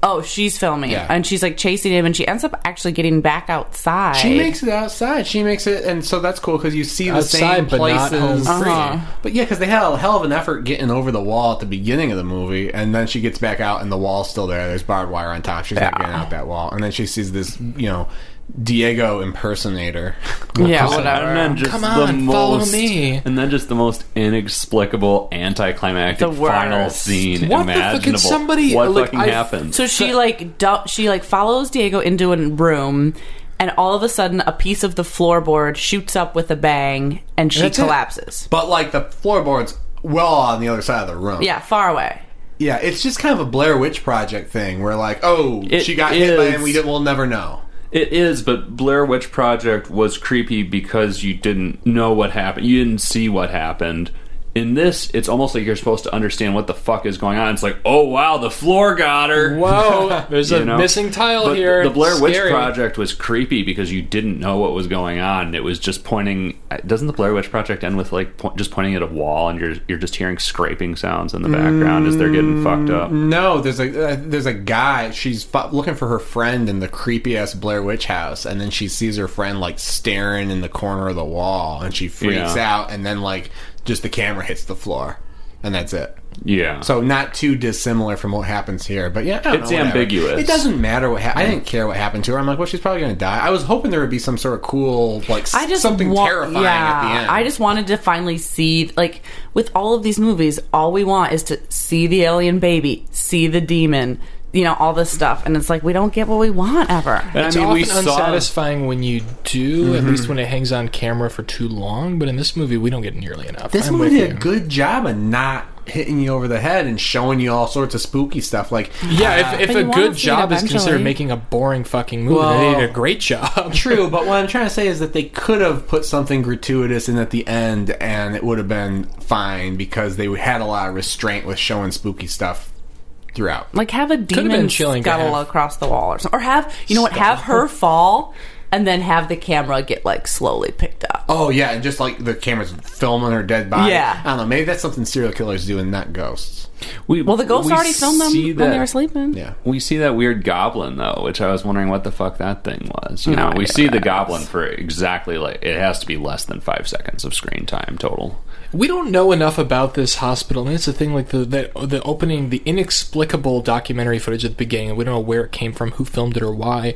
oh she's filming
Yeah.
and she's like chasing him and she ends up actually getting back outside
She makes it outside. She makes it, and so that's cool because you see the same
Outside, but not
places.
home free.
Uh-huh.
But yeah, because they had a hell of an effort getting over the wall at the beginning of the movie, and then she gets back out, and the wall's still there. There's barbed wire on top. She's not getting out that wall, and then she sees this, you know, Diego impersonator.
(laughs) Yeah,
Person-
whatever.
And then just
Come
the
on, follow
most,
me.
And then just the most inexplicable, anticlimactic
The
final
worst.
scene
What the fuck? Could
imaginable.
somebody-
what
like,
fucking
I-
happens?
So she like du- she like follows Diego into a room, and all of a sudden, a piece of the floorboard shoots up with a bang, and she
That's it.
collapses.
But like the floorboards well on the other side of the room.
Yeah, far away.
Yeah, it's just kind of a Blair Witch project thing where like, oh,
It
she got hit by
is.
and we didn't, we'll never know.
It is, but Blair Witch Project was creepy because you didn't know what happened. You didn't see what happened. In this, it's almost like you're supposed to understand what the fuck is going on. It's like, oh wow, the floor got her. (laughs)
Whoa, there's
You
a
know?
missing tile
But
here.
The Blair Witch
Scary.
Project was creepy because you didn't know what was going on. It was just pointing. uh, Doesn't the Blair Witch Project end with like po- just pointing at a wall and you're you're just hearing scraping sounds in the background as they're getting fucked up?
Mm.
No, there's a uh, there's a guy. She's f- looking for her friend in the creepy ass Blair Witch house, and then she sees her friend like staring in the corner of the wall, and she freaks
Yeah.
out, and then like just the camera hits the floor, and that's it.
Yeah.
So not too dissimilar from what happens here, but yeah, I don't
It's
know, whatever.
ambiguous.
It doesn't matter what happened. I didn't care what happened to her. I'm like, well, she's probably gonna die. I was hoping there would be some sort of cool, like
I just
something
wa-
terrifying
yeah,
at the end.
I just wanted to finally see like with all of these movies, all we want is to see the alien baby, see the demon, you know, all this stuff, and it's like we don't get what we want ever.
and
It's
I mean,
often
we saw
unsatisfying when you do, at least when it hangs on camera for too long. But in this movie, we don't get nearly enough.
This
I'm
movie
with
did a
you.
good job of not hitting you over the head and showing you all sorts of spooky stuff. Like,
Yeah,
Ah.
if, if
But
a
you wanna
good
see it
job is considered
eventually.
making a boring fucking movie, they
Well-
did a
(laughs)
great job. (laughs)
true, but what I'm trying to say is that they could have put something gratuitous in at the end and it would have been fine because they had a lot of restraint with showing spooky stuff throughout.
Like have a
been
demon
chilling to
scuttle
have.
across the wall or something. Or have you know what, have her fall and then have the camera get like slowly picked up.
Oh, yeah, and just like the cameras filming her dead body.
Yeah.
I don't know, maybe that's something serial killers do and not ghosts.
we,
Well the ghosts
we
already filmed them
see
when they
that-
were sleeping.
Yeah.
We see that weird goblin though, which I was wondering what the fuck that thing was. You know, we
idea
see
what
the
that
goblin for exactly like it has to be less than five seconds of screen time total.
We don't know enough about this hospital, and it's the thing like the, the the opening, the inexplicable documentary footage at the beginning, and we don't know where it came from, who filmed it, or why.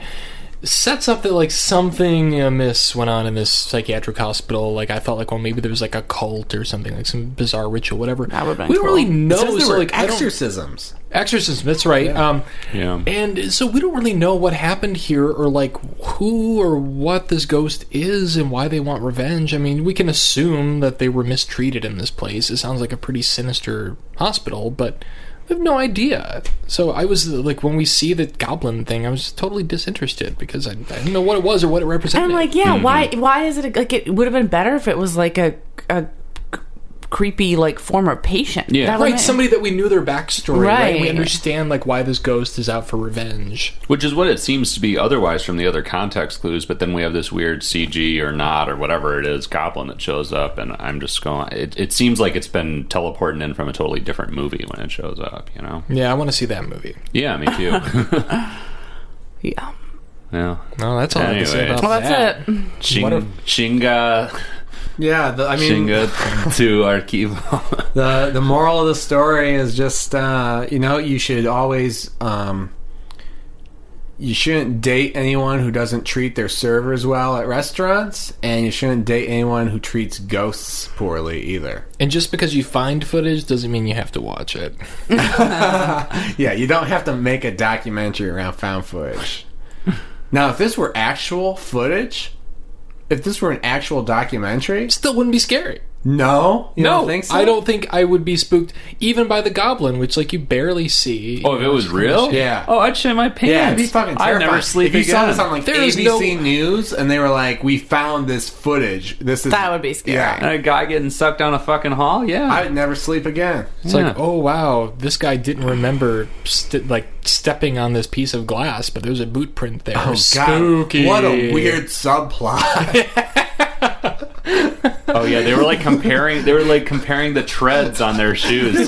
Sets up that like something amiss went on in this psychiatric hospital. Like I felt like, well, maybe there was like a cult or something, like some bizarre ritual, whatever.
That would've been
we don't
cool.
really
It
know.
It says there
so,
were
like, I don't-
exorcisms.
exorcism. That's right. Um,
Yeah.
And so we don't really know what happened here, or like who or what this ghost is, and why they want revenge. I mean, we can assume that they were mistreated in this place. It sounds like a pretty sinister hospital, but we have no idea. So I was like, when we see the goblin thing, I was totally disinterested because I, I didn't know what it was or what it represented.
And I'm like, yeah, why why is it like it would have been better if it was like a, a c- creepy like former patient.
Yeah.
That would've
Right,
been-
somebody that we knew their backstory, right? We
Right.
understand like why this ghost is out for revenge.
Which is what it seems to be otherwise from the other context clues, but then we have this weird CG or not or whatever it is goblin that shows up, and I'm just going. It, it seems like it's been teleported in from a totally different movie when it shows up. You know?
Yeah, I want to see that movie.
Yeah, me too. (laughs)
Yeah.
yeah.
No, Oh, that's all I have to say
Anyway.
about
Well that's
that.
it. (laughs)
Shing,
What a-
Shinga,
Yeah, the, I mean,
Shinga to
(laughs)
Archivo.
the the moral of the story is just uh, you know you should always um, you shouldn't date anyone who doesn't treat their servers well at restaurants, and you shouldn't date anyone who treats ghosts poorly
(laughs)
either.
And just because you find footage doesn't mean you have to watch it.
Yeah, you don't have to make a documentary around found
(laughs)
footage. now, if this were actual footage, if this were an actual documentary,
Still wouldn't be scary.
no, you
no,
don't think so?
I don't think I would be spooked even by the goblin, which like you barely see.
Oh, if it was real?
Yeah.
Oh, I'd shit my pants.
Yeah, it'd be fucking terrifying.
I'd never sleep
if you
again.
saw this on like
There is
ABC
no-
News and they were like, "We found this footage. This is
That would be scary.
Yeah,
a guy getting sucked down a fucking hall? Yeah.
I would never sleep again.
it's
yeah.
like oh wow, this guy didn't remember st- like stepping on this piece of glass, but there's a boot print there.
Oh
Spooky.
God, what a weird subplot.
oh yeah, they were like comparing. They were like comparing the treads on their shoes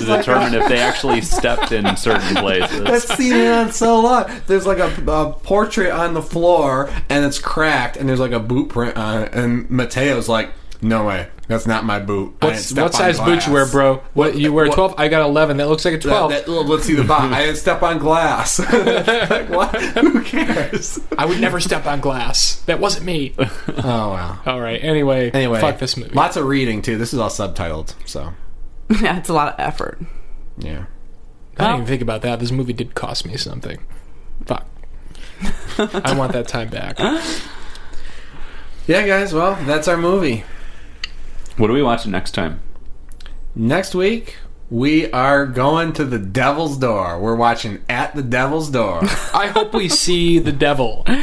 (laughs)
to determine if they actually stepped in certain places.
That's seen it on so long. There's like a, a portrait on the floor and it's cracked, and there's like a boot print on it. And uh, Mateo's like, No way. That's not my boot. I didn't
What's,
step
what
on
size boot
glass.
you wear, bro? Oh. What you wear?
what-
Twelve. I got eleven. That looks like a
That-
twelve.
that- look, let's see the bot. I didn't step on glass. (laughs) like, what? Who cares?
I would never step on glass. That
(laughs)
wasn't me.
Oh wow.
All right. Anyway.
Anyway,
Fuck this movie.
Lots of reading too. This is all subtitled, so
yeah, it's a lot of effort.
yeah.
I didn't even think about that. This movie did cost me something.
(laughs)
Fuck. I want that time back.
Yeah, guys. Well, that's our movie.
What are we watching next time?
Next week we are going to the Devil's Door. We're watching At the Devil's
(laughs)
Door.
I hope we see the devil. I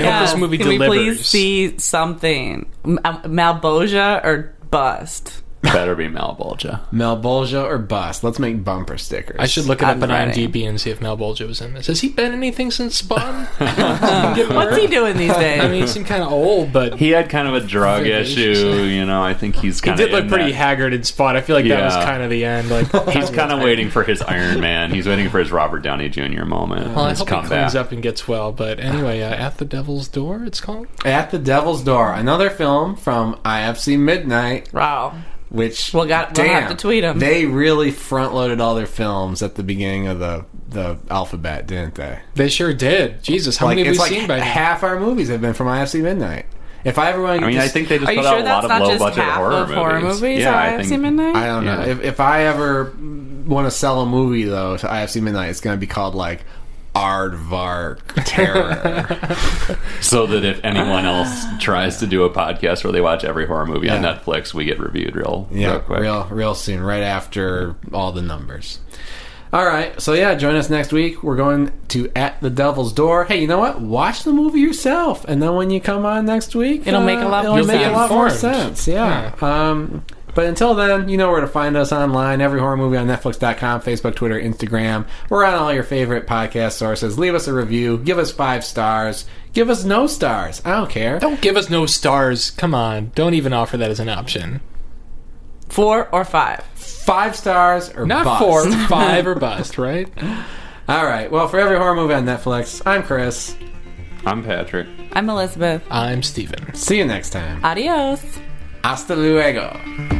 hope this movie
Can
delivers.
we please see something? M- um, Malboja or bust?
Better be Malbolgia.
Malbolgia or bust. Let's make bumper stickers.
I should look it up
I'm
on
ready.
IMDb and see if Mal Bolger was in this. Has he been anything since
(laughs)
Spawn? Get
What's he doing
(laughs)
these days?
I mean, he seemed kind of old, but he
He had kind of a drug issue, you know. I think he's kind of
did look pretty haggard in Spawn. I feel like that was
Yeah.
kind of the end. Like
He's kind of waiting for his Iron Man. He's waiting for his Robert Downey Jr. moment.
Well, I
his
hope he cleans up and gets well. But anyway, uh, at the Devil's Door, it's called.
At the Devil's Door, another film from IFC Midnight,
wow.
which
We'll got- we'll have to tweet 'em.
They really front loaded all their films at the beginning of the the alphabet, didn't they?
They sure did. Jesus, how
Like
many have
it's
we
like
seen by now?
half our movies have been from IFC Midnight. If I ever want to,
I mean, I think they just
Are you
put
sure
out a lot
that's
of
not
low
just
budget
half
horror,
of
movies.
horror movies?
Yeah, I
I
think
see midnight.
I don't know
Yeah.
if if I ever want to sell a movie though to IFC Midnight, it's going to be called like Aardvark Terror.
so
(laughs)
that if anyone else tries to do a podcast where they watch every horror movie on
Yeah.
Netflix, we get reviewed real, real
yeah,
quick.
real real soon, right after all the numbers. All right, so yeah, join us next week. We're going to At the Devil's Door. Hey, you know what? Watch the movie yourself, and then when you come on next week, uh,
It'll make a lot
it'll
more
make a
sense.
lot more
Informed.
sense. Yeah. Um, but until then, you know where to find us online. Every horror movie on Netflix.com, Facebook, Twitter, Instagram. We're on all your favorite podcast sources. Leave us a review. Give us five stars. Give us no stars. I don't care.
Don't give us no stars. Come on. Don't even offer that as an option.
Four or five.
Five stars or
Not
bust.
(laughs) four, five, or bust, right?
All right. Well, for every horror movie on Netflix, I'm Chris.
I'm Patrick.
I'm Elizabeth.
I'm Steven.
See you next time.
Adios.
Hasta luego.